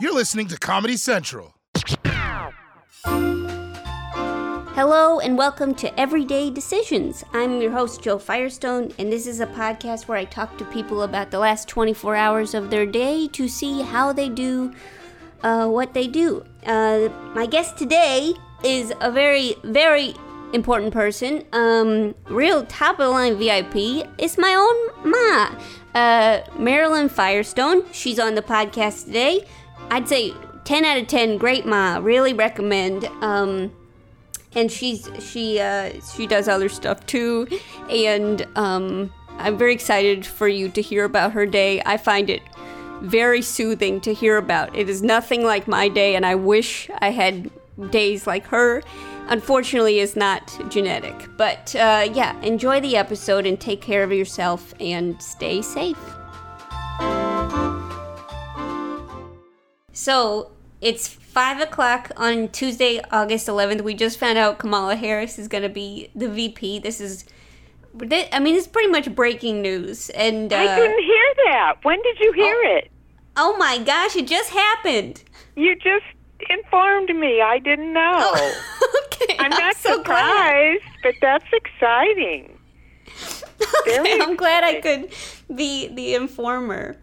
You're listening to Comedy Central. Hello and welcome to Everyday Decisions. I'm your host, Joe Firestone, and this is a podcast where I talk to people about the last 24 hours of their day to see how they do uh, what they do. Uh, my guest today is a very, very important person, um, real top of the line VIP. It's my own ma, uh, Marilyn Firestone. She's on the podcast today. I'd say 10 out of 10, great ma. Really recommend. Um, and she's she uh, she does other stuff too and um, i'm very excited for you to hear about her day i find it very soothing to hear about it is nothing like my day and i wish i had days like her unfortunately is not genetic but uh, yeah enjoy the episode and take care of yourself and stay safe So it's five o'clock on Tuesday, August 11th. We just found out Kamala Harris is going to be the VP. This is, I mean, it's pretty much breaking news. And uh, I couldn't hear that. When did you hear it? oh my gosh, it just happened. You just informed me. I didn't know. okay, I'm not Oh, so glad. surprised, but that's exciting. Okay, Very I'm glad I could be the informer.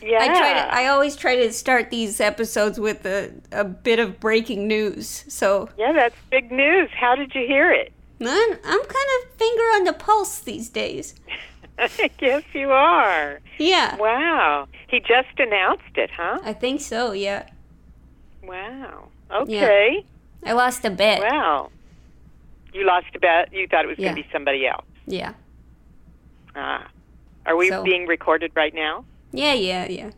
Yeah. I try to, I always try to start these episodes with a, a bit of breaking news. So yeah, that's big news. How did you hear it? I'm, I'm kind of finger on the pulse these days. I guess you are. Yeah. Wow. He just announced it, huh? I think so, yeah. Wow. Okay. I lost a bet. Wow. You lost a bet. You thought it was going Yeah. to be somebody else. Yeah. Ah. Are we So- being recorded right now? Yeah, yeah, yeah.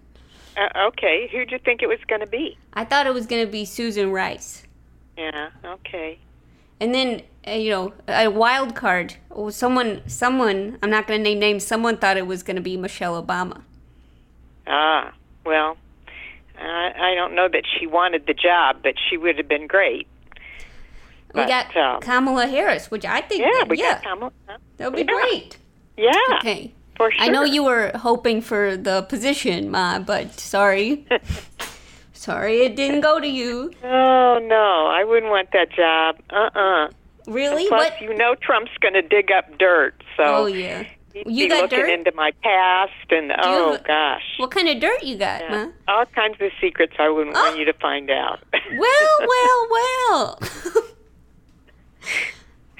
Uh, okay. Who'd you think it was going to be? I thought it was going to be Susan Rice. Yeah. Okay. And then, uh, you know, a wild card. Oh, someone, someone, I'm not going to name names, someone thought it was going to be Michelle Obama. Ah, well, I, I don't know that she wanted the job, but she would have been great. we But, got um, Kamala Harris, which I think, Yeah, that, we yeah, got Kamala. huh? that'll be yeah. great. Yeah, Okay. for sure. I know you were hoping for the position, Ma, but sorry. sorry, it didn't go to you. Oh no, I wouldn't want that job. Uh uh Really? Plus, what? you know Trump's going to dig up dirt, so Oh, yeah. he'd You be got looking dirt? into my past and oh have- gosh, What kind of dirt you got, Yeah. Ma? all kinds of secrets I wouldn't Oh. want you to find out. well, well, well.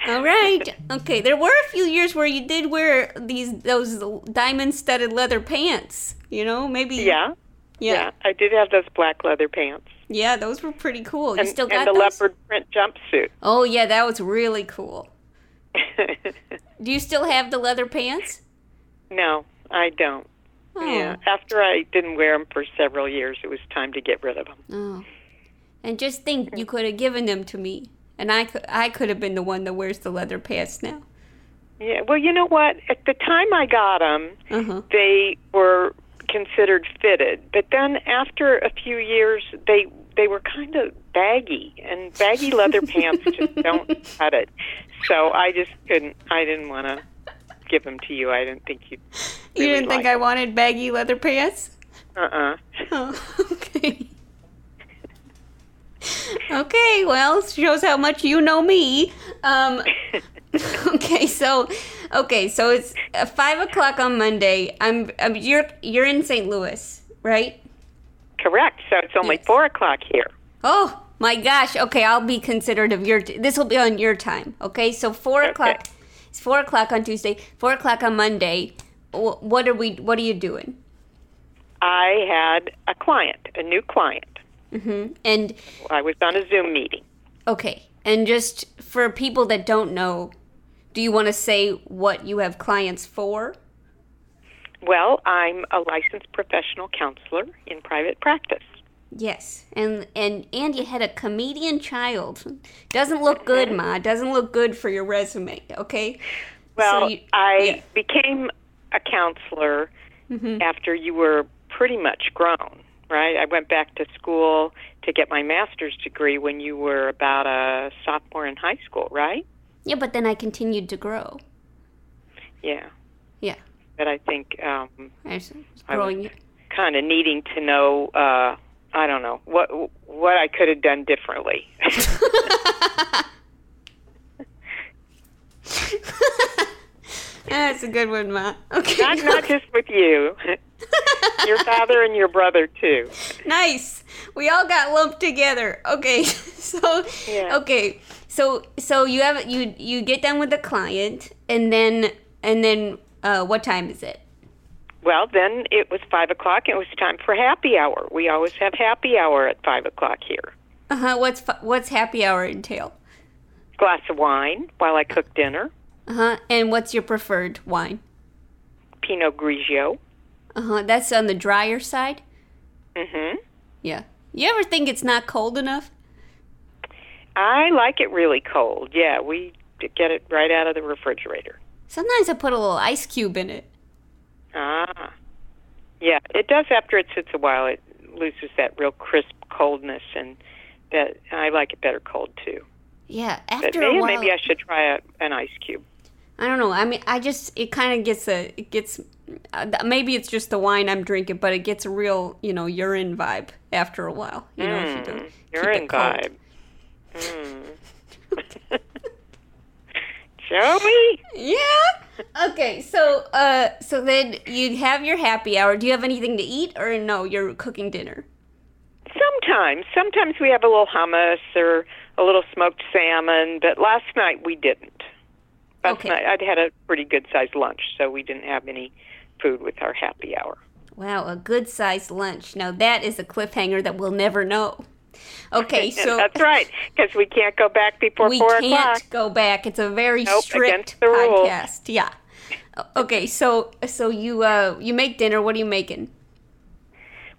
All right. Okay. There were a few years where you did wear these those diamond-studded leather pants. You know, maybe. yeah, Yeah. Yeah. I did have those black leather pants those were pretty cool. and, you still got and the those? leopard print jumpsuit. Oh yeah, that was really cool. Do you still have the leather pants? no, I don't. Oh. Yeah. After I didn't wear them for several years, it was time to get rid of them. Oh. And just think, you could have given them to me, and I could I could have been the one that wears the leather pants now. Yeah. Well, you know what? At the time I got them, Uh huh. they were considered fitted, but then after a few years, they they were kind of baggy, and baggy leather pants just don't cut it. So I just couldn't. I didn't want to give them to you. I didn't think you'd. You really didn't think like I wanted baggy leather pants? Uh uh Oh, okay. okay, well, shows how much you know me. Um, okay, so, okay, so it's uh, five o'clock on Monday. I'm, I'm you're you're in St. Louis, right? Correct. So it's only Yes. four o'clock here. Oh my gosh. Okay, I'll be considerate of your. T- this will be on your time. Okay, so four o'clock. It's four o'clock on Tuesday. Four o'clock on Monday. Wh- What are we? What are you doing? I had a client, a new client. hmm And I was on a Zoom meeting. Okay. And just for people that don't know, do you want to say what you have clients for? Well, I'm a licensed professional counselor in private practice. Yes. And and and you had a comedian child. Doesn't look good, ma. Doesn't look good for your resume, okay? Well, you- I yeah. Mm-hmm. became a counselor after you were pretty much grown, right? I went back to school to get my master's degree when you were about a sophomore in high school, right? Yeah, but then I continued to grow. Yeah. Yeah. But I think um, I was I growing. kind of needing to know uh, I don't know what what I could have done differently. That's a good one, Ma. Okay. not not just with you, your father and your brother too. nice. We all got lumped together. Okay. so Yeah. okay. So so you have you you get done with the client and then and then uh what time is it? Well, then it was five o'clock. It was time for happy hour. We always have happy hour at five o'clock here. Uh-huh. What's fi- what's happy hour entail? Glass of wine while I cook dinner. Uh-huh. And what's your preferred wine? Pinot Grigio. Uh-huh. That's on the drier side? hmm Yeah. You ever think it's not cold enough? I like it really cold. Yeah, we get it right out of the refrigerator. Sometimes I put a little ice cube in it. Ah. Yeah, it does after it sits a while. It loses that real crisp coldness, and that I like it better cold too. Yeah, But after a maybe, while. maybe I should try a, an ice cube. I don't know. I mean, I just it kind of gets a it gets uh, th- maybe it's just the wine I'm drinking, but it gets a real you know urine vibe after a while. You know, if you don't keep it Hmm, Urine cold. vibe. Hmm. Mm. Joey, Yeah. Okay. So uh, so then you have your happy hour. Do you have anything to eat, or no? You're cooking dinner. sometimes sometimes we have a little hummus or a little smoked salmon, but last night we didn't. Last Okay. night I'd had a pretty good sized lunch, so we didn't have any food with our happy hour. Wow, a good sized lunch. Now that is a cliffhanger that we'll never know. Okay, so That's right, because we can't go back before we four can't o'clock. go back. It's a very Nope, strict against the rules. podcast. Yeah. O- Okay, so so you uh you make dinner. What are you making?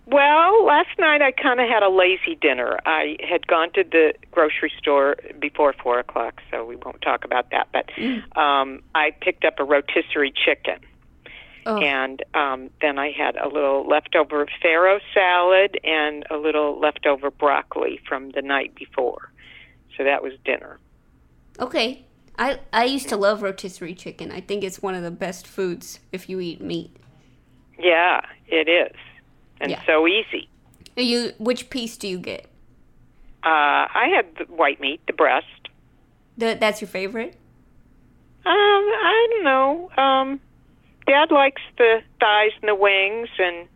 Well, last night I kind of had a lazy dinner. I had gone to the grocery store before four o'clock, so we won't talk about that. But um, I picked up a rotisserie chicken, Oh. and um, then I had a little leftover farro salad and a little leftover broccoli from the night before. So that was dinner. Okay. I I used to love rotisserie chicken. I think it's one of the best foods if you eat meat. Yeah, it is, and Yeah. so easy. Are you which piece do you get? Uh, I had the white meat, the breast. The, that's your favorite? Um, I don't know. Um, Dad likes the thighs and the wings, and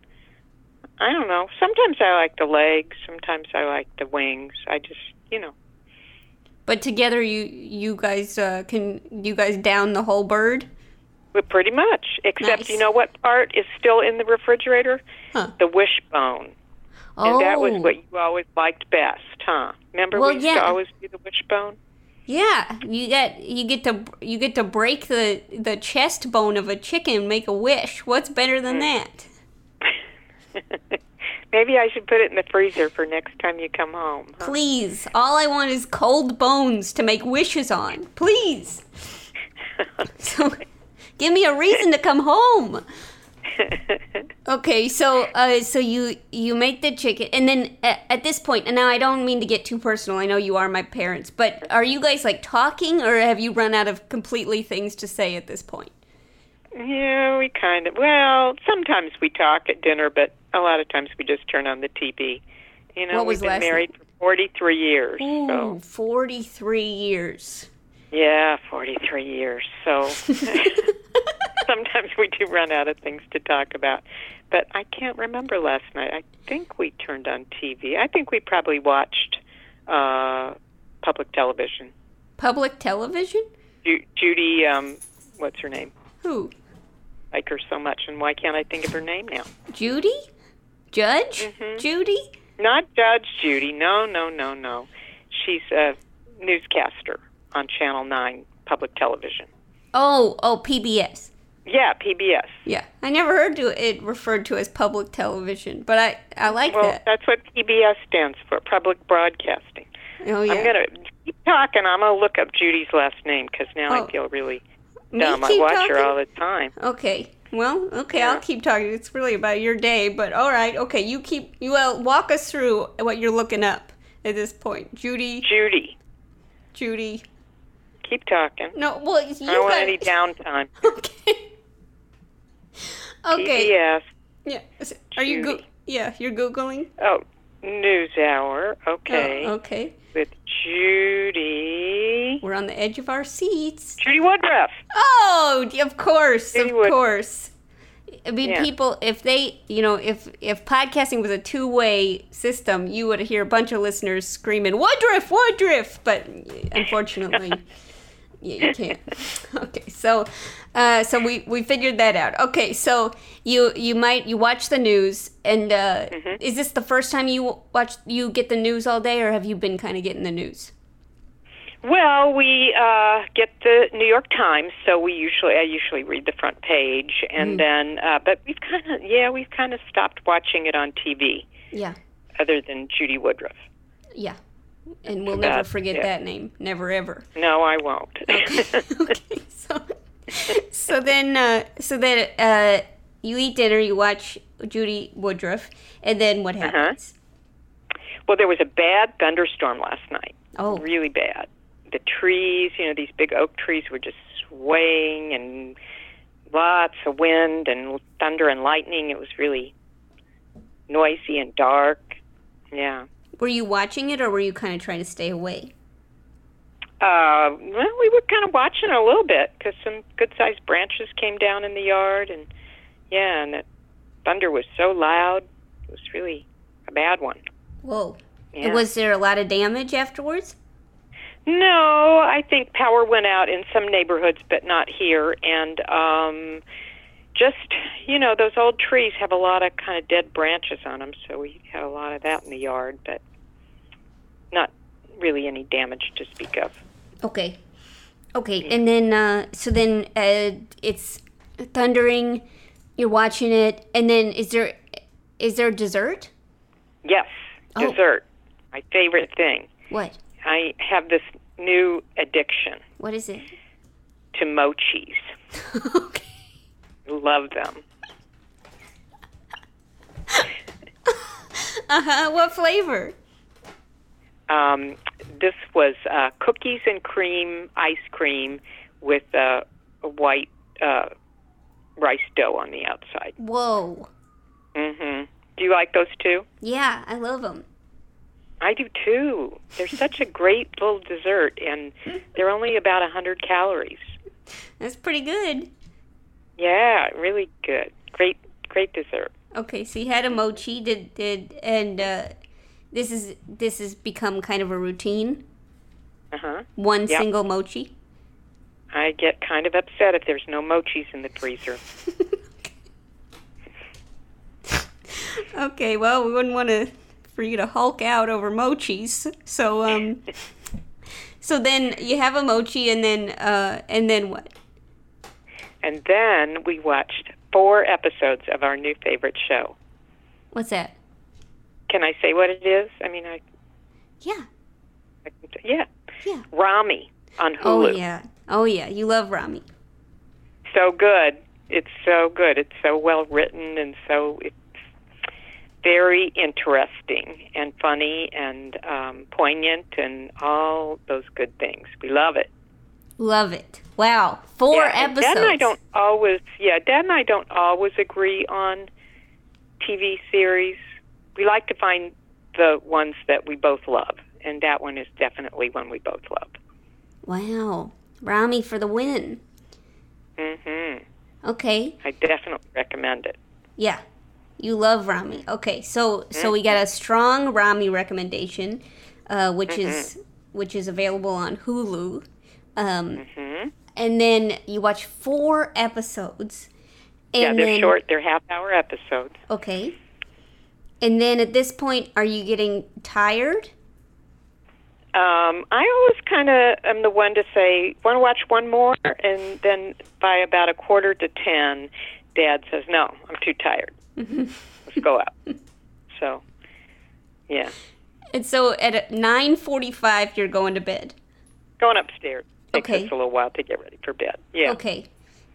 I don't know. Sometimes I like the legs. Sometimes I like the wings. I just, you know, But together you you guys uh, can you guys down the whole bird? but pretty much. Except, Nice. you know what part is still in the refrigerator? Huh. The wishbone. oh. And that was what you always liked best, huh? Remember Well, we used yeah. to always do the wishbone? Yeah, you get you get to you get to break the the chest bone of a chicken, make a wish. What's better Hmm. than that? Maybe I should put it in the freezer for next time you come home. huh? Please, all I want is cold bones to make wishes on. Please. So, give me a reason to come home. Okay, so uh, so you you make the chicken, and then at, at this point, and now I don't mean to get too personal. I know you are my parents, but are you guys like talking, or have you run out of completely things to say at this point? Yeah, we kind of. Well, sometimes we talk at dinner, but a lot of times we just turn on the TV. You know, What was we've last been married for 43 years. Ooh, So, 43 years. yeah, 43 years. So sometimes we do run out of things to talk about. But I can't remember last night. I think we turned on TV. I think we probably watched uh, public television. Public television? Ju- Judy, um, what's her name? Who? Like her so much, and why can't I think of her name now? Judy? Judge? Judy? Not Judge Judy. No, no, no, no. She's a newscaster on Channel 9 public television. Oh, oh, PBS. Yeah, PBS. Yeah, I never heard to it referred to as public television, but I, I like Well, that. that's what PBS stands for, public broadcasting. Oh yeah, I'm going to keep talking. I'm going to look up Judy's last name because now Oh. I feel really Me dumb. I keep watch talking? her all the time. Okay, well, okay, I'll Yeah. keep talking. It's really about your day, but all right, okay, you keep you well walk us through what you're looking up at this point, Judy. Judy. Judy. Keep talking. No, well, you I don't want got- any downtime. Okay. okay. PBS. Yeah. Is- Are you go- Judy. Yeah, you're googling. Oh, News Hour, okay, Oh, okay. with Judy. We're on the edge of our seats. Judy Woodruff. Oh, d- of course, of They would- course. I mean, Yeah. people, if they, you know, if if podcasting was a two way system, you would hear a bunch of listeners screaming Woodruff, Woodruff, but unfortunately, you, you can't. Okay, so, uh, so we we figured that out. Okay, so you you might you watch the news, and uh, Mm-hmm. is this the first time you watch you get the news all day, or have you been kind of getting the news? Well, we uh, get the New York Times, so we usually I usually read the front page, Mm. and then uh, but we've kind of yeah we've kind of stopped watching it on TV, Yeah. other than Judy Woodruff. Yeah. And we'll bad. never forget Yeah. that name. Never ever. No, I won't. okay. So so then uh so then uh you eat dinner, you watch Judy Woodruff, and then what happens? well, there was a bad thunderstorm last night, Oh. really bad. The trees, you know, these big oak trees were just swaying, and lots of wind and thunder and lightning. It was really noisy and dark. Yeah. Were you watching it or were you kind of trying to stay away? Uh, well, we were kind of watching a little bit because some good-sized branches came down in the yard, and yeah, and the thunder was so loud. It was really a bad one. Whoa. Yeah. Was there a lot of damage afterwards? No, I think power went out in some neighborhoods, but not here. And um, just you know, those old trees have a lot of kind of dead branches on them, so we had a lot of that in the yard, but not really any damage to speak of. Okay. Okay. And then uh so then uh it's thundering, you're watching it, and then is there is there dessert? Yes, Oh. dessert, my favorite thing. What? I have this new addiction What is it? to mochis. okay. Love them. Uh, what flavor? Um, this was uh, cookies and cream ice cream with uh, a white uh, rice dough on the outside. Whoa. hmm Do you like those too? Yeah, I love them. I do too. They're such a great little dessert, and they're only about a 100 calories. That's pretty good. Yeah, really good. Great, great dessert. Okay, so you had a mochi. Did did and uh, this is this has become kind of a routine. Uh huh. One Yeah. single mochi. I get kind of upset if there's no mochis in the freezer. Okay, well we wouldn't want to for you to hulk out over mochis. So um, so then you have a mochi and then uh and then what? And then we watched four episodes of our new favorite show. What's that? Can I say what it is? I mean, I, Yeah, I can say, yeah. yeah. Rami on Hulu. Oh yeah, oh yeah. You love Rami. So good. It's so good. It's so well written and so it's very interesting and funny and um, poignant and all those good things. We love it. Love it. Wow, four Yeah, and episodes. Dad and I don't always. Yeah, Dad and I don't always agree on TV series. We like to find the ones that we both love, and that one is definitely one we both love. Wow. Rami for the win. hmm Okay. I definitely recommend it. Yeah. You love Rami. Okay. So so we got a strong Rami recommendation uh, which Mm-hmm. is which is available on Hulu. Um, Mm-hmm. and then you watch four episodes. And Yeah, they're then, short. They're half-hour episodes. Okay. And then at this point are you getting tired? Um, I always kind of am the one to say, "Want to watch one more?" And then by about a quarter to ten, Dad says, "No, I'm too tired. Let's go out." So, yeah. And so at 9:45 you're going to bed. Going upstairs. Takes Okay. us a little while to get ready for bed. Yeah. Okay.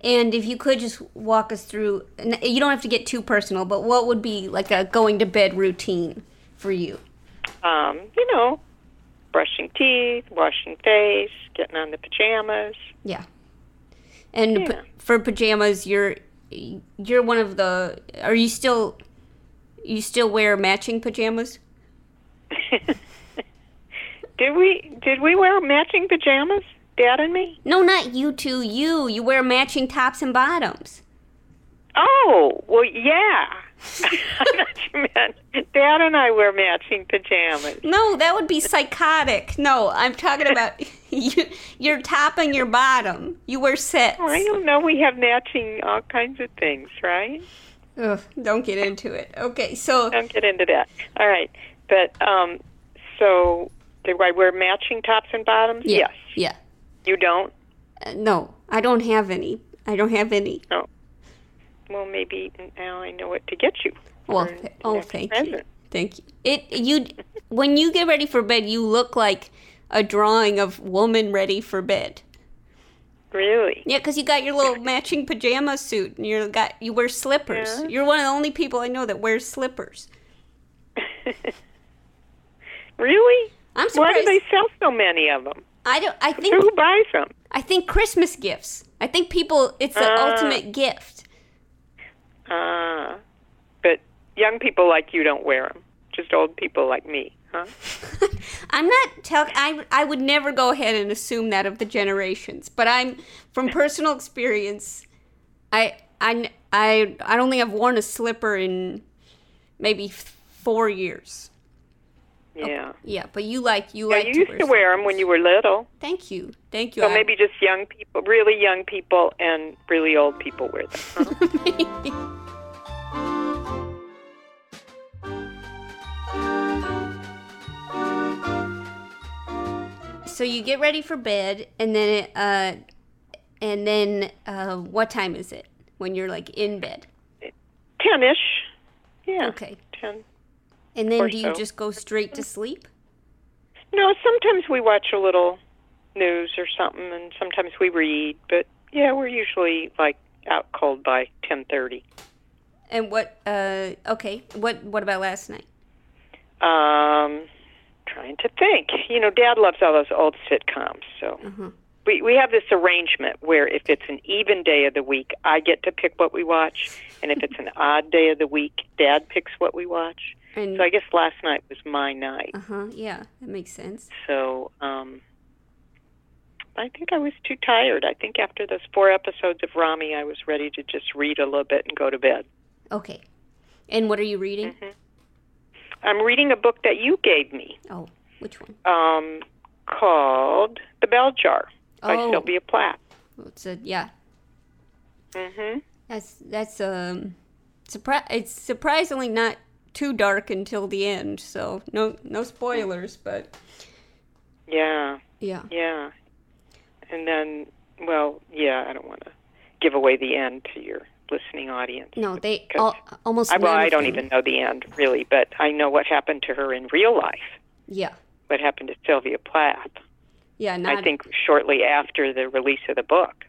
And if you could just walk us through, n- you don't have to get too personal, but what would be like a going to bed routine for you? Um, you know, brushing teeth, washing face, getting on the pajamas. Yeah. And p- Yeah. for pajamas, you're you're one of the. Are you still? You still wear matching pajamas? Did we did we wear matching pajamas, Dad and me? No, not you two. You. You wear matching tops and bottoms. Oh, well, yeah. I thought you meant Dad and I wear matching pajamas. No, that would be psychotic. No, I'm talking about you, your top and your bottom. You wear sets. Oh, I don't know. We have matching all kinds of things, right? Ugh, don't get into it. Okay, so Don't get into that. All right, but um, so do I wear matching tops and bottoms? yeah, Yes. yeah. You don't? Uh, no, I don't have any. I don't have any. No. Well, maybe now I know what to get you. Well, for th- the oh, next thank you, present. thank you. It you when you get ready for bed, you look like a drawing of woman ready for bed. Really? Yeah, 'cause you got your little matching pajama suit, and you got you wear slippers. Yeah. You're one of the only people I know that wears slippers. Really? I'm Why do surprised. they sell so many of them? I don't. I think Who buys them? I think Christmas gifts. I think people. It's the Ah. ultimate gift. Ah, but young people like you don't wear them. Just old people like me, huh? Oh, I'm not tell. I I would never go ahead and assume that of the generations, but I'm from personal experience. I I I I don't think I've worn a slipper in maybe f- four years. Yeah. Yeah, but you like you Yeah, like you to used wear to wear them when you were little. slippers. Thank you, thank you. So I- maybe just young people, really young people, and really old people wear them. Huh? so you get ready for bed, and then uh, and then uh, what time is it when you're like in bed? Ten-ish. Yeah. Okay, Ten. and then Or do you so. just go straight to sleep? No, sometimes we watch a little news or something, and sometimes we read. But yeah, we're usually like out cold by ten thirty. And what? Uh, okay, what what about last night? Um, trying to think. You know, Dad loves all those old sitcoms, so we we have this arrangement where if it's an even day of the week, I get to pick what we watch, and if it's an odd day of the week, Dad picks what we watch. And So I guess last night was my night. uh huh, yeah, that makes sense. So um, I think I was too tired. I think after those four episodes of Rami, I was ready to just read a little bit and go to bed. Okay, and what are you reading? Mm-hmm. I'm reading a book that you gave me. Oh, which one? um, called The Bell Jar by Oh. Sylvia Plath. Well, It's a yeah. Mm-hmm. hmm That's that's um, surpri- It's surprisingly not too dark until the end, so no no spoilers, but Yeah, yeah. yeah. And then, well, yeah, I don't want to give away the end to your listening audience. No, they Good. all, almost. I, well, none I of don't them- even know the end, really, but I know what happened to her in real life, Yeah, what happened to Sylvia Plath, yeah. Not, I think shortly after the release of the book.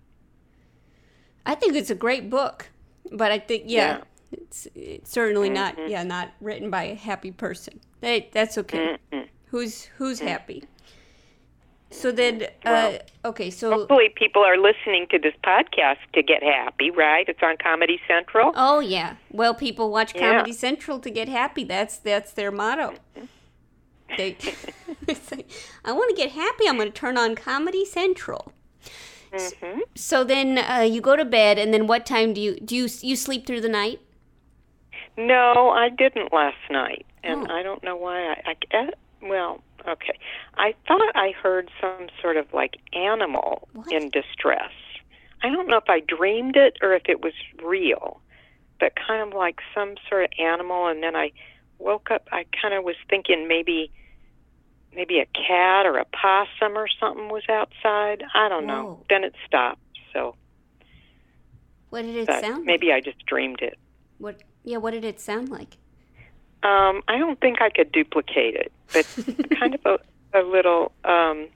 I think it's a great book, but I think yeah, Yeah. Mm-hmm. it's it's certainly not yeah not written by a happy person. They, that's okay. Who's who's Mm. happy? So then, uh, okay. So Hopefully, people are listening to this podcast to get happy, right? It's on Comedy Central. oh yeah, well people watch Yeah. Mm-hmm. Comedy Central to get happy. That's that's their motto. They, it's like, I want to get happy. I'm going to turn on Comedy Central. hmm So then uh, you go to bed, and then what time do you do you you sleep through the night? No, I didn't last night, and Oh. I don't know why. I, I eh, well, okay. I thought I heard some sort of like animal What? in distress. I don't know if I dreamed it or if it was real, but kind of like some sort of animal. And then I woke up. I kind of was thinking maybe, maybe a cat or a possum or something was outside. I don't know. Whoa. Then it stopped. So What did it but sound? like? Uh, maybe I just dreamed it. What? Yeah, what did it sound like? Um, I don't think I could duplicate it, but kind of a, a little, um,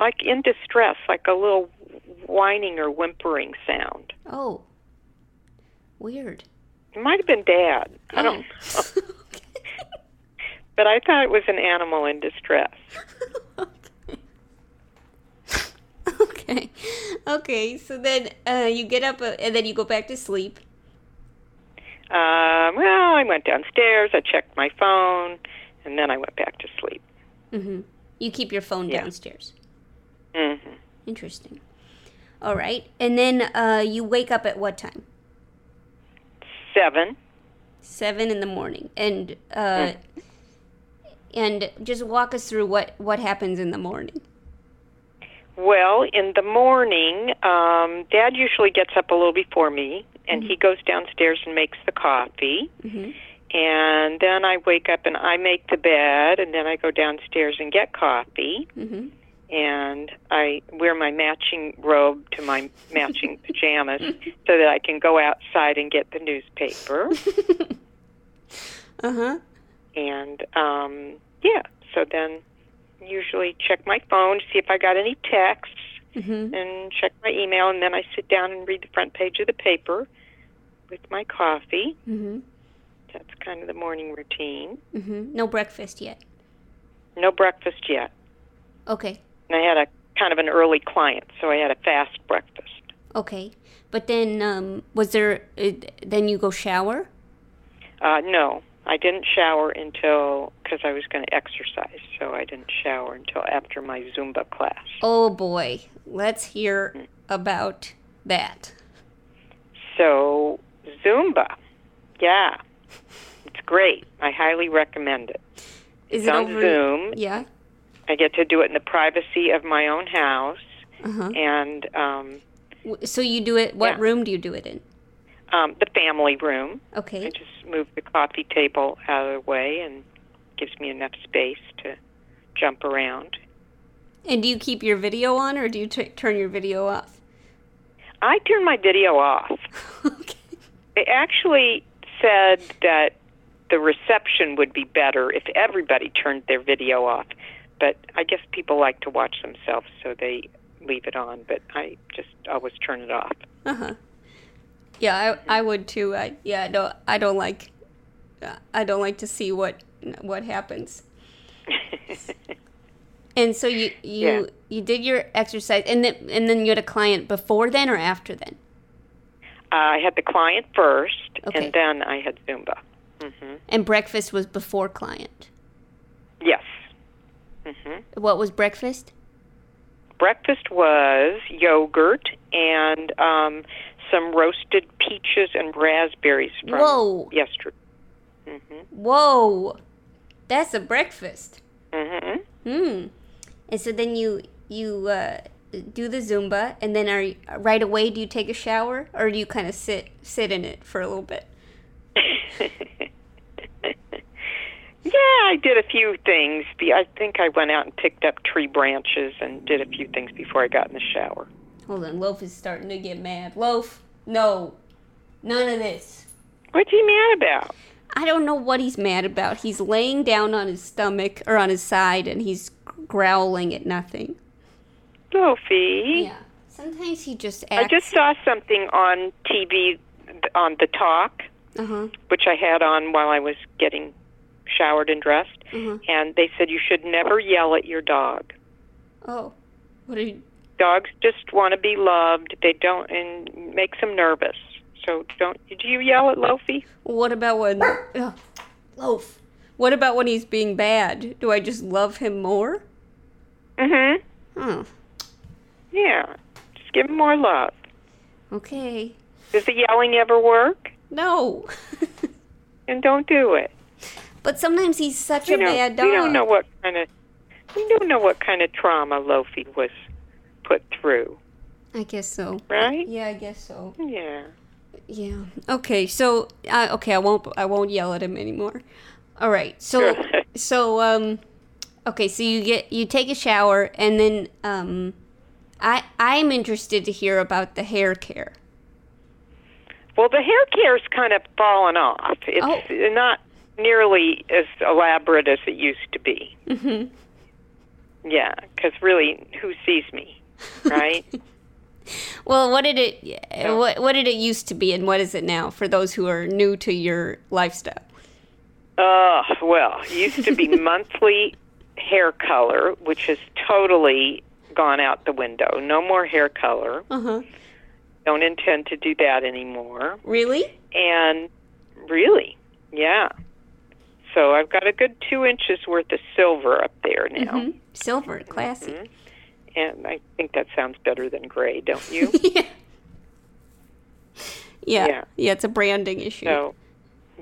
like in distress, like a little whining or whimpering sound. Oh, weird. It might have been dad. I don't, but I thought it was an animal in distress. okay, okay. So then uh, you get up uh, and then you go back to sleep. Um, well, I went downstairs. I checked my phone, and then I went back to sleep. Mm-hmm. You keep your phone Yeah. downstairs. hmm Interesting. All right. And then uh, you wake up at what time? Seven. Seven in the morning. And uh, and just walk us through what what happens in the morning. Well, in the morning, um, Dad usually gets up a little before me, and he goes downstairs and makes the coffee. And then I wake up and I make the bed, and then I go downstairs and get coffee. Mhm. And I wear my matching robe to my matching pajamas so that I can go outside and get the newspaper. Uh huh. and um, yeah, so then usually check my phone to see if I got any texts and check my email, and then I sit down and read the front page of the paper with my coffee. Mhm. That's kind of the morning routine. Mhm. No breakfast yet. No breakfast yet. Okay. And I had a kind of an early client, so I had a fast breakfast. Okay. But then um, was there? Uh, then you go shower. Uh, no, I didn't shower until because I was going to exercise, so I didn't shower until after my Zumba class. Oh boy, let's hear about that. So, Zumba. Yeah. It's great. I highly recommend it. Is It's on Zoom. Yeah. I get to do it in the privacy of my own house. Uh-huh. And um, W- So you do it. What Yeah. room do you do it in? um, the family room. I Okay. just move the coffee table out of the way and gives me enough space to jump around. And do you keep your video on, or do you t- turn your video off? I turn my video off. okay. They actually said that the reception would be better if everybody turned their video off, but I guess people like to watch themselves, so they leave it on. But I just always turn it off. Uh huh. Yeah, I, I would too. I yeah, no, I don't like, I don't like to see what what happens. and so you you Yeah. you did your exercise, and then and then you had a client before then or after then. I had the client first, Okay. and then I had Zumba. Mm-hmm. And breakfast was before client. Yes. Mm-hmm. What was breakfast? Breakfast was yogurt and um, some roasted peaches and raspberries from Whoa. yesterday. Whoa, that's a breakfast. hmm Hmm. And so then you you uh, do the Zumba, and then are you, right away do you take a shower, or do you kind of sit sit in it for a little bit? Yeah, I did a few things. Be- I think I went out and picked up tree branches and did a few things before I got in the shower. Hold on, Loaf is starting to get mad. Loaf, no, none of this. What's he mad about? I don't know what he's mad about. He's laying down on his stomach or on his side, and he's growling at nothing. Sophie, Yeah. Sometimes he just I acts. just saw something on TV th- on The Talk, Uh huh. which I had on while I was getting showered and dressed, and they said you should never yell at your dog. Oh, what are you? Dogs just want to be loved. They don't, and makes them nervous. So don't. Do you yell at Lofi? What about when Ugh, loaf? What about when he's being bad? Do I just love him more? Mm-hmm. Hmm. Yeah. Just give him more love. Okay. Does the yelling ever work? No. And don't do it. but sometimes he's such We a don't, bad dog. we don't know what kind of we don't know what kind of trauma Lofi was put through, I guess so. right? Yeah, I guess so. Yeah. Yeah. Okay. So, I okay, I won't. I won't yell at him anymore. All right. So, Good. so um, okay. So you get you take a shower and then um, I I'm interested to hear about the hair care. Well, the hair care's kind of fallen off. It's Oh. not nearly as elaborate as it used to be. Mhm. Mm-hmm. Yeah, because really, who sees me, right? Well, what did it Oh. what what did it used to be and what is it now for those who are new to your lifestyle? Uh, well, it used to be monthly hair color, which has totally gone out the window. No more hair color. Uh-huh. Don't intend to do that anymore. Really? And really, yeah. So I've got a good two inches worth of silver up there now. Mhm. Silver, classy. Mm-hmm. And I think that sounds better than gray, don't you? yeah. yeah. Yeah. it's a branding issue. so,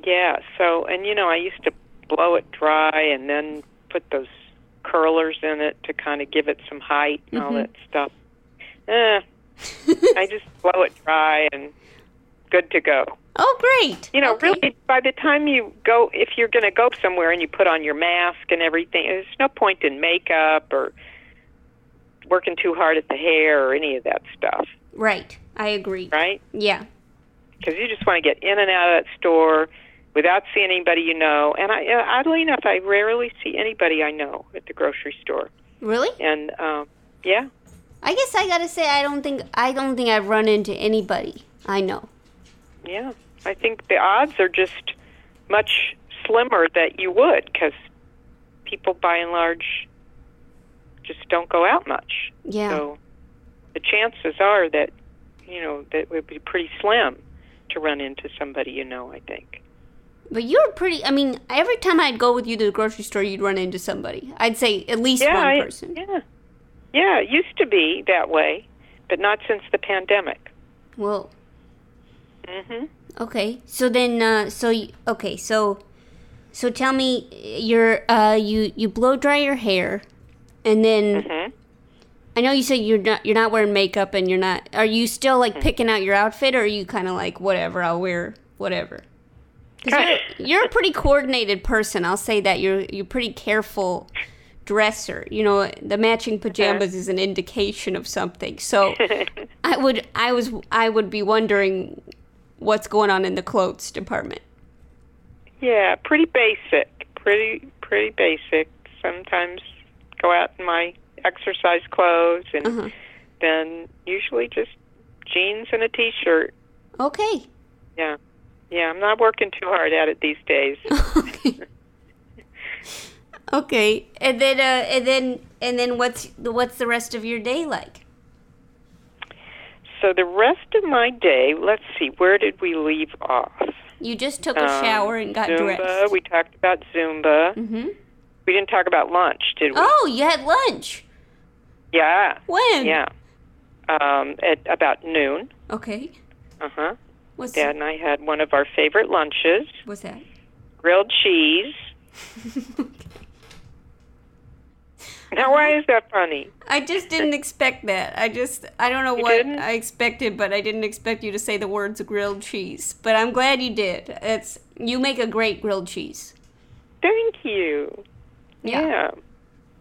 yeah. So, and you know, I used to blow it dry and then put those curlers in it to kind of give it some height and all that stuff. Eh, I just blow it dry and good to go. oh, great. You know, Okay. really, by the time you go, if you're going to go somewhere and you put on your mask and everything, there's no point in makeup or working too hard at the hair or any of that stuff, Right. I agree. right? Yeah. Because you just want to get in and out of that store without seeing anybody you know. And I, uh, oddly enough, I rarely see anybody I know at the grocery store. Really? And um, yeah, I guess I gotta say I don't think I don't think I've run into anybody I know. yeah, I think the odds are just much slimmer that you would because people, by and large, just don't go out much. Yeah. So the chances are that, you know, that it would be pretty slim to run into somebody you know, I think. But you're pretty. I mean, every time I'd go with you to the grocery store, you'd run into somebody. I'd say at least Yeah, one I- person. yeah. Yeah, it used to be that way, but not since the pandemic. Well, Mhm. okay. So then, uh, so y- okay, so so tell me, you're uh, you you blow dry your hair, and then Mhm. I know you said you're not you're not wearing makeup and you're not. Are you still like picking out your outfit, or are you kind of like whatever I'll wear whatever? 'Cause Kinda. you're, you're a pretty coordinated person. I'll say that you're you're pretty careful dresser. You know, the matching pajamas is an indication of something. So I would I was I would be wondering what's going on in the clothes department. Yeah, pretty basic. Pretty pretty basic. Sometimes go out in my exercise clothes and Uh-huh. then usually just jeans and a t-shirt. Okay. Yeah. Yeah, I'm not working too hard at it these days. okay. Okay. And then uh, and then and then what's the what's the rest of your day like? So the rest of my day, let's see, where did we leave off? You just took a shower and got Um, Zumba. dressed. We talked about Zumba. hmm We didn't talk about lunch, did we? Oh, you had lunch. Yeah. When? Yeah. Um, at about noon. Okay. Uh huh. What's Dad and I had one of our favorite lunches: what's that? grilled cheese. Now, why is that funny? I just didn't expect that. I just I don't know what didn't? I expected, but I didn't expect you to say the words grilled cheese. But I'm glad you did. It's you make a great grilled cheese. Thank you. Yeah.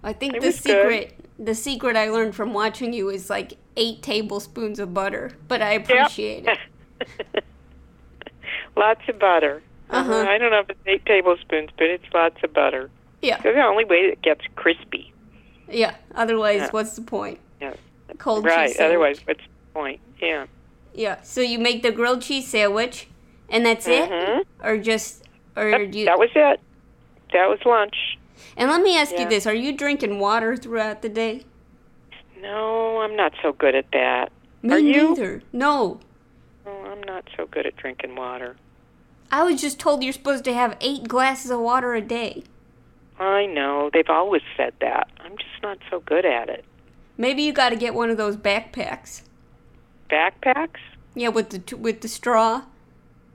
I think It the was good. secret the secret I learned from watching you is like eight tablespoons of butter, but I appreciate it. Lots of butter. Uh-huh. I don't know if it's eight tablespoons, but it's lots of butter. Yeah. They're the only way it gets crispy. Yeah. Otherwise, Yeah. what's the point? Yeah. A Cold Right. cheese. eh? sandwich. Otherwise, what's the point? Yeah. Yeah. So you make the grilled cheese sandwich and that's Mhm. it? Or just or do you That was it. That was lunch. And let me ask you Yeah. this, are you drinking water throughout the day? No, I'm not so good at that. Me Are you? neither. No. Oh, I'm not so good at drinking water. I was just told you're supposed to have eight glasses of water a day. I know. They've always said that. I'm just not so good at it. Maybe you got to get one of those backpacks. Backpacks? Yeah, with the t- with the straw.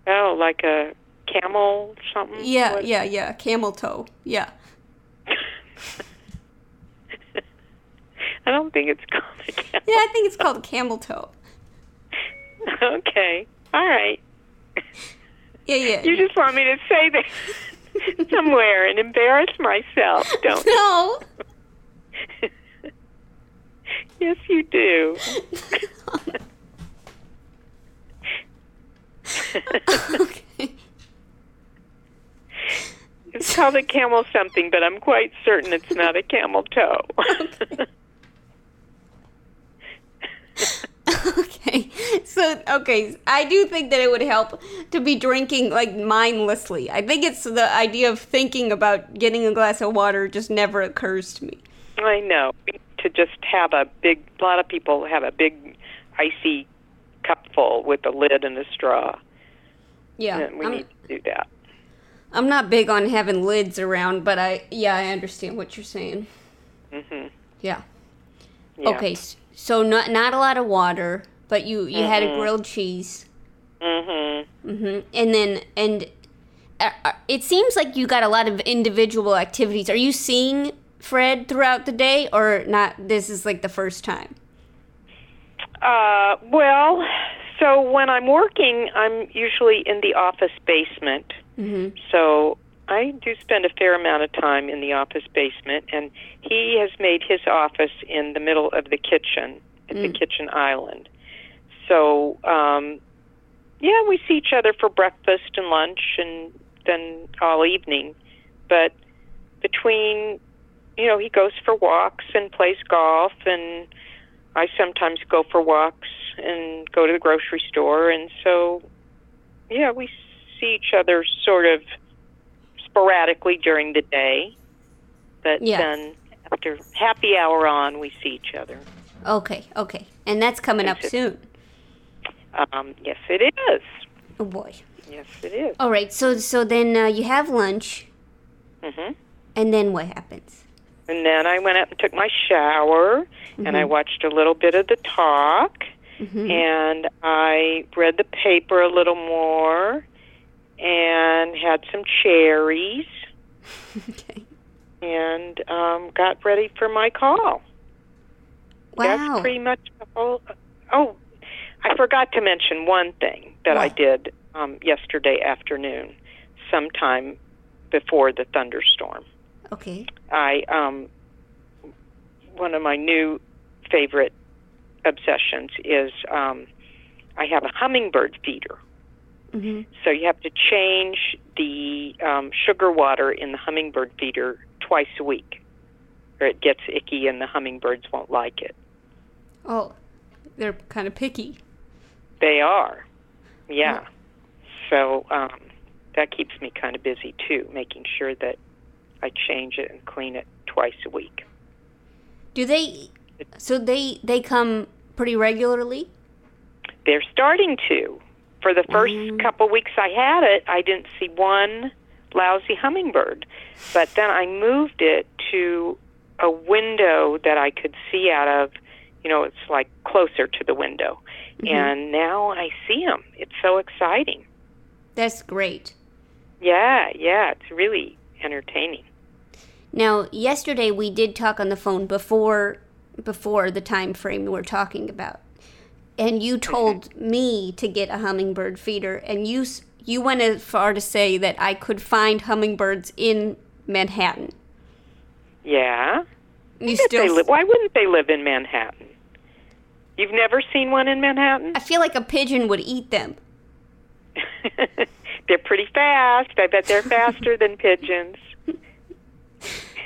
Oh, like a camel something? Yeah, What- yeah, yeah. Camel toe. Yeah. I don't think it's called a camel. Yeah, I think it's called camel toe. Okay. All right. Yeah, yeah. You just want me to say that somewhere and embarrass myself, don't you? No. yes, you do. okay. It's called a camel something, but I'm quite certain it's not a camel toe. Okay. So, okay, I do think that it would help to be drinking like mindlessly. I think it's the idea of thinking about getting a glass of water just never occurs to me. I know. To just have a big, a lot of people have a big icy cup full with a lid and a straw. Yeah. and we Uh, I'm- need to do that. I'm not big on having lids around, but I yeah, I understand what you're saying. Mhm. Yeah. Yeah. Okay, s- so not not a lot of water, but you you had a grilled cheese, Mhm. hmm and then and uh, uh, it seems like you got a lot of individual activities. Are you seeing Fred throughout the day, or not? This is like the first time. Uh, well, so when I'm working, I'm usually in the office basement. Mm-hmm. So I do spend a fair amount of time in the office basement, and he has made his office in the middle of the kitchen, at the kitchen island. So, um, yeah, we see each other for breakfast and lunch and then all evening. But between, you know, he goes for walks and plays golf, and I sometimes go for walks and go to the grocery store. And so, yeah, we see each other sort of sporadically during the day, but Yeah. then after happy hour on, we see each other. Okay, okay, and that's coming up Thank soon. Um, yes, it is. Oh boy. Yes, it is. All right, so so then uh, you have lunch, Mm-hmm. and then what happens? And then I went up and took my shower, and I watched a little bit of the talk, Mm-hmm. and I read the paper a little more, and had some cherries, okay. and um, got ready for my call. Wow. That's pretty much the whole. Oh, I forgot to mention one thing that I What? did um, yesterday afternoon, sometime before the thunderstorm. okay. I um, one of my new favorite obsessions is um, I have a hummingbird feeder. hmm So you have to change the um, sugar water in the hummingbird feeder twice a week, or it gets icky and the hummingbirds won't like it. Oh, they're kind of picky. They are. Yeah. So um, that keeps me kind of busy too, making sure that I change it and clean it twice a week. Do they? So they they come pretty regularly. They're starting to. For the first Mm-hmm. couple weeks I had it, I didn't see one lousy hummingbird. But then I moved it to a window that I could see out of. You know, it's like closer to the window. Mm-hmm. And now I see them. It's so exciting. That's great. Yeah, yeah, it's really entertaining. Now, yesterday we did talk on the phone before before the time frame we're talking about, and you told me to get a hummingbird feeder, and you s- you went as far to say that I could find hummingbirds in Manhattan. Yeah. You If they still? li- why wouldn't they live in Manhattan? You've never seen one in Manhattan? I feel like a pigeon would eat them. they're pretty fast. I bet they're faster than pigeons.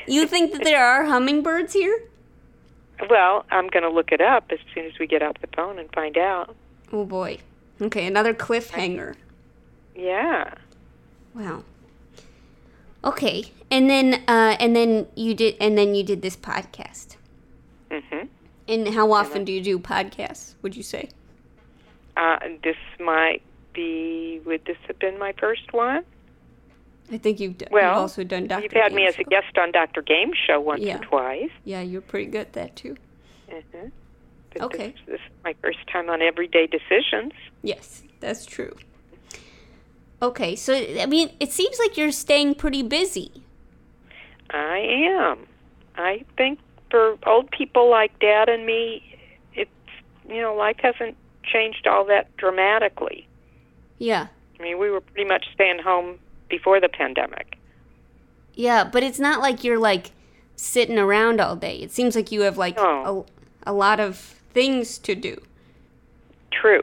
You think that there are hummingbirds here? Well, I'm going to look it up as soon as we get off the phone and find out. Oh boy. Okay, another cliffhanger. Yeah. Wow. Okay, and then uh, and then you did and then you did this podcast. Mhm. And how often do you do podcasts? Would you say? Uh, this might be would this have been my first one? I think you've, d- Well, you've also done Doctor. You've had me as a guest on Dr. Game Show once Yeah. or twice. Yeah, you're pretty good at that too. hmm But Okay. This, this is my first time on Everyday Decisions. Yes, that's true. Okay, so I mean, it seems like you're staying pretty busy. I am. I think for old people like Dad and me, it's you know life hasn't changed all that dramatically. Yeah, I mean, we were pretty much staying home before the pandemic. yeah, but it's not like you're like sitting around all day. It seems like you have like No. a, a lot of things to do. True.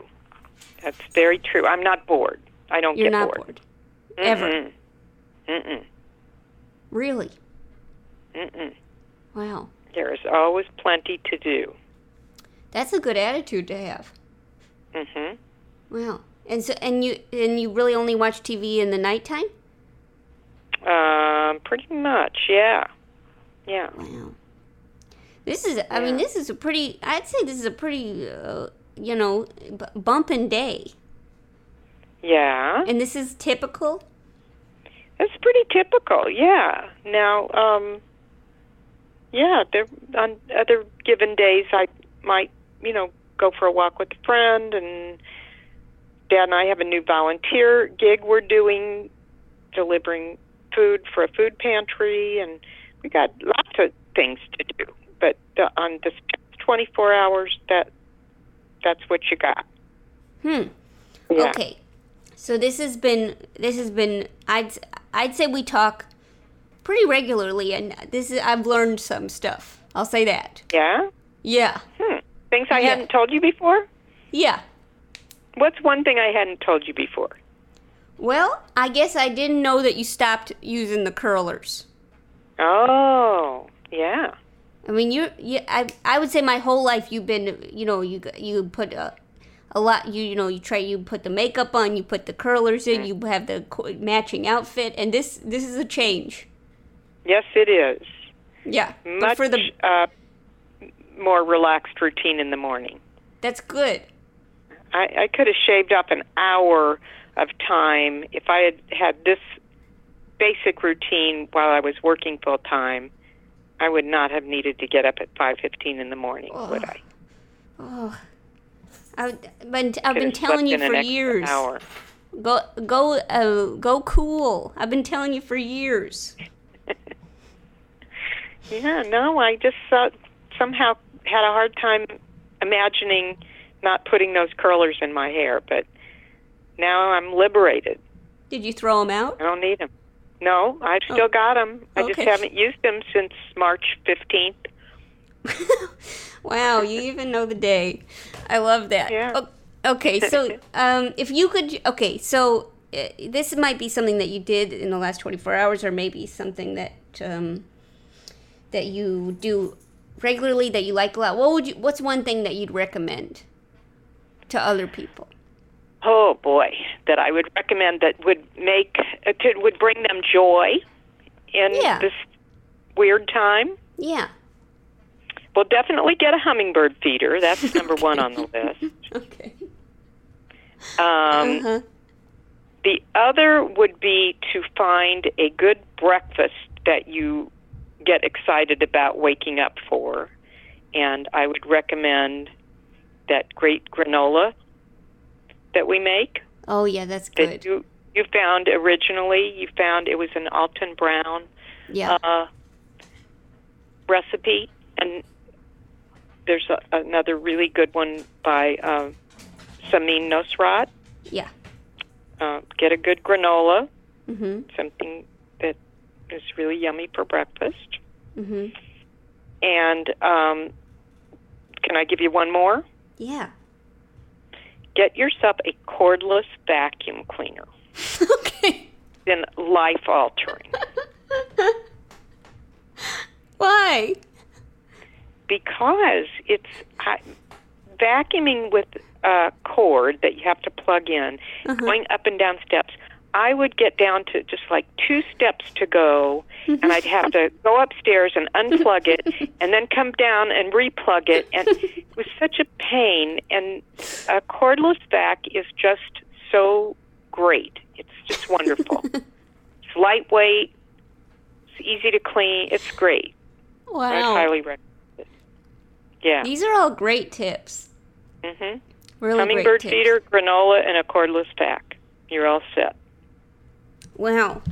That's very true. I'm not bored. I don't You're get not bored. bored. ever. Mm-mm. Mm-mm. Really? Mm-mm. Wow. There is always plenty to do. That's a good attitude to have. Mm-hmm. Wow. And so and you and you really only watch TV in the nighttime? Um, pretty much, yeah. Yeah. Wow. This is I mean this is a pretty I'd say this is a pretty uh, you know b- bumping day. Yeah. And this is typical. That's pretty typical, yeah. Now, um, yeah, there on other given days I might, you know, go for a walk with a friend and Dad and I have a new volunteer gig we're doing delivering food for a food pantry and we got lots of things to do. But uh, on this 24 hours that that's what you got. Hmm. Yeah. Okay. So this has been this has been I'd I'd say we talk pretty regularly and this is I've learned some stuff. I'll say that. Yeah? Yeah. Hmm. Things I Yeah. hadn't told you before? Yeah. What's one thing I hadn't told you before? Well, I guess I didn't know that you stopped using the curlers. Oh, yeah. I mean, you, you I, I would say my whole life you've been, you know, you you put a, a lot, you you know, you try, you put the makeup on, you put the curlers in, you have the co- matching outfit, and this this is a change. Yes, it is. Yeah, Much but for the uh, more relaxed routine in the morning. that's good. I, I could have shaved off an hour of time if I had had this basic routine while I was working full time. I would not have needed to get up at five fifteen in the morning, would I? Oh, I've been I've Could been have telling slept you in an for extra years. Hour. Go go uh, go cool. I've been telling you for years. Yeah, no, I just uh, somehow had a hard time imagining not putting those curlers in my hair, but now I'm liberated. Did you throw them out? I don't need them. No, I've still got 'em. I Oh. Okay. just haven't used them since March 15th. Wow, you even know the day. I love that. Yeah. O- okay, so um, if you could, okay, so uh, this might be something that you did in the last 24 hours, or maybe something that um, that you do regularly that you like a lot. What would you? What's one thing that you'd recommend to other people? Oh boy, that I would recommend that would make uh, could would bring them joy in Yeah. this weird time. Yeah. Well, definitely get a hummingbird feeder. That's number one on the list. Okay. Um, Uh-huh. The other would be to find a good breakfast that you get excited about waking up for. And I would recommend that great granola that we make Oh yeah, that's that good. you, you found originally. You found it was an Alton Brown Yeah. uh, recipe, and there's a, another really good one by uh, Samin Nosrat. yeah. Uh, get a good granola. Mhm. something that is really yummy for breakfast. Mhm. And um, can I give you one more? Yeah. Get yourself a cordless vacuum cleaner. okay. Then life altering Why? because it's I, vacuuming with a cord that you have to plug in, going up and down steps. I would get down to just like two steps to go, and I'd have to go upstairs and unplug it, and then come down and replug it. And it was such a pain. And a cordless vac is just so great. It's just wonderful. it's lightweight. It's easy to clean. It's great. I Wow. highly recommend it. Yeah. Oh. These are all great tips. hmm Really great Hummingbird tips. feeder, granola, and a cordless pack. You're all set. Wow.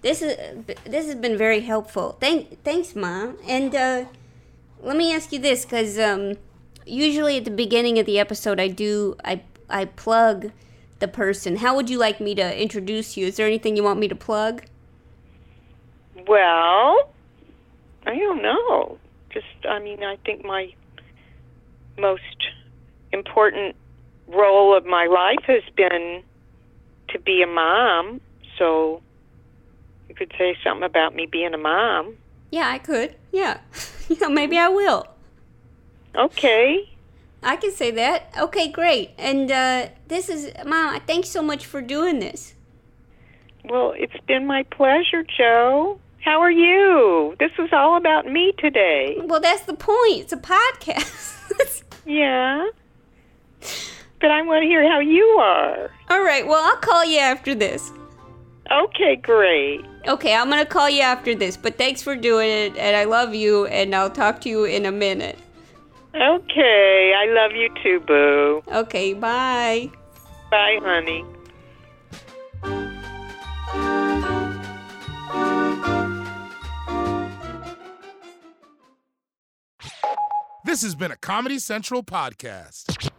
This is this has been very helpful. Thank thanks, mom. And uh, let me ask you this, because um, usually at the beginning of the episode, I do I I plug the person. How would you like me to introduce you? Is there anything you want me to plug? Well, I don't know. Just, I mean, I think my most important role of my life has been to be a mom. So you could say something about me being a mom. Yeah, I could. Yeah, yeah, maybe I will. Okay. I can say that. Okay, great. And uh, this is mom. I Thanks so much for doing this. Well, it's been my pleasure, Joe. How are you? This was all about me today. Well, that's the point. It's a podcast. Yeah. But I want to hear how you are. All right. Well, I'll call you after this. Okay, great. Okay, I'm gonna call you after this, but thanks for doing it, and I love you, and I'll talk to you in a minute. Okay, I love you too, Boo. Okay, bye. Bye, honey. This has been a Comedy Central podcast.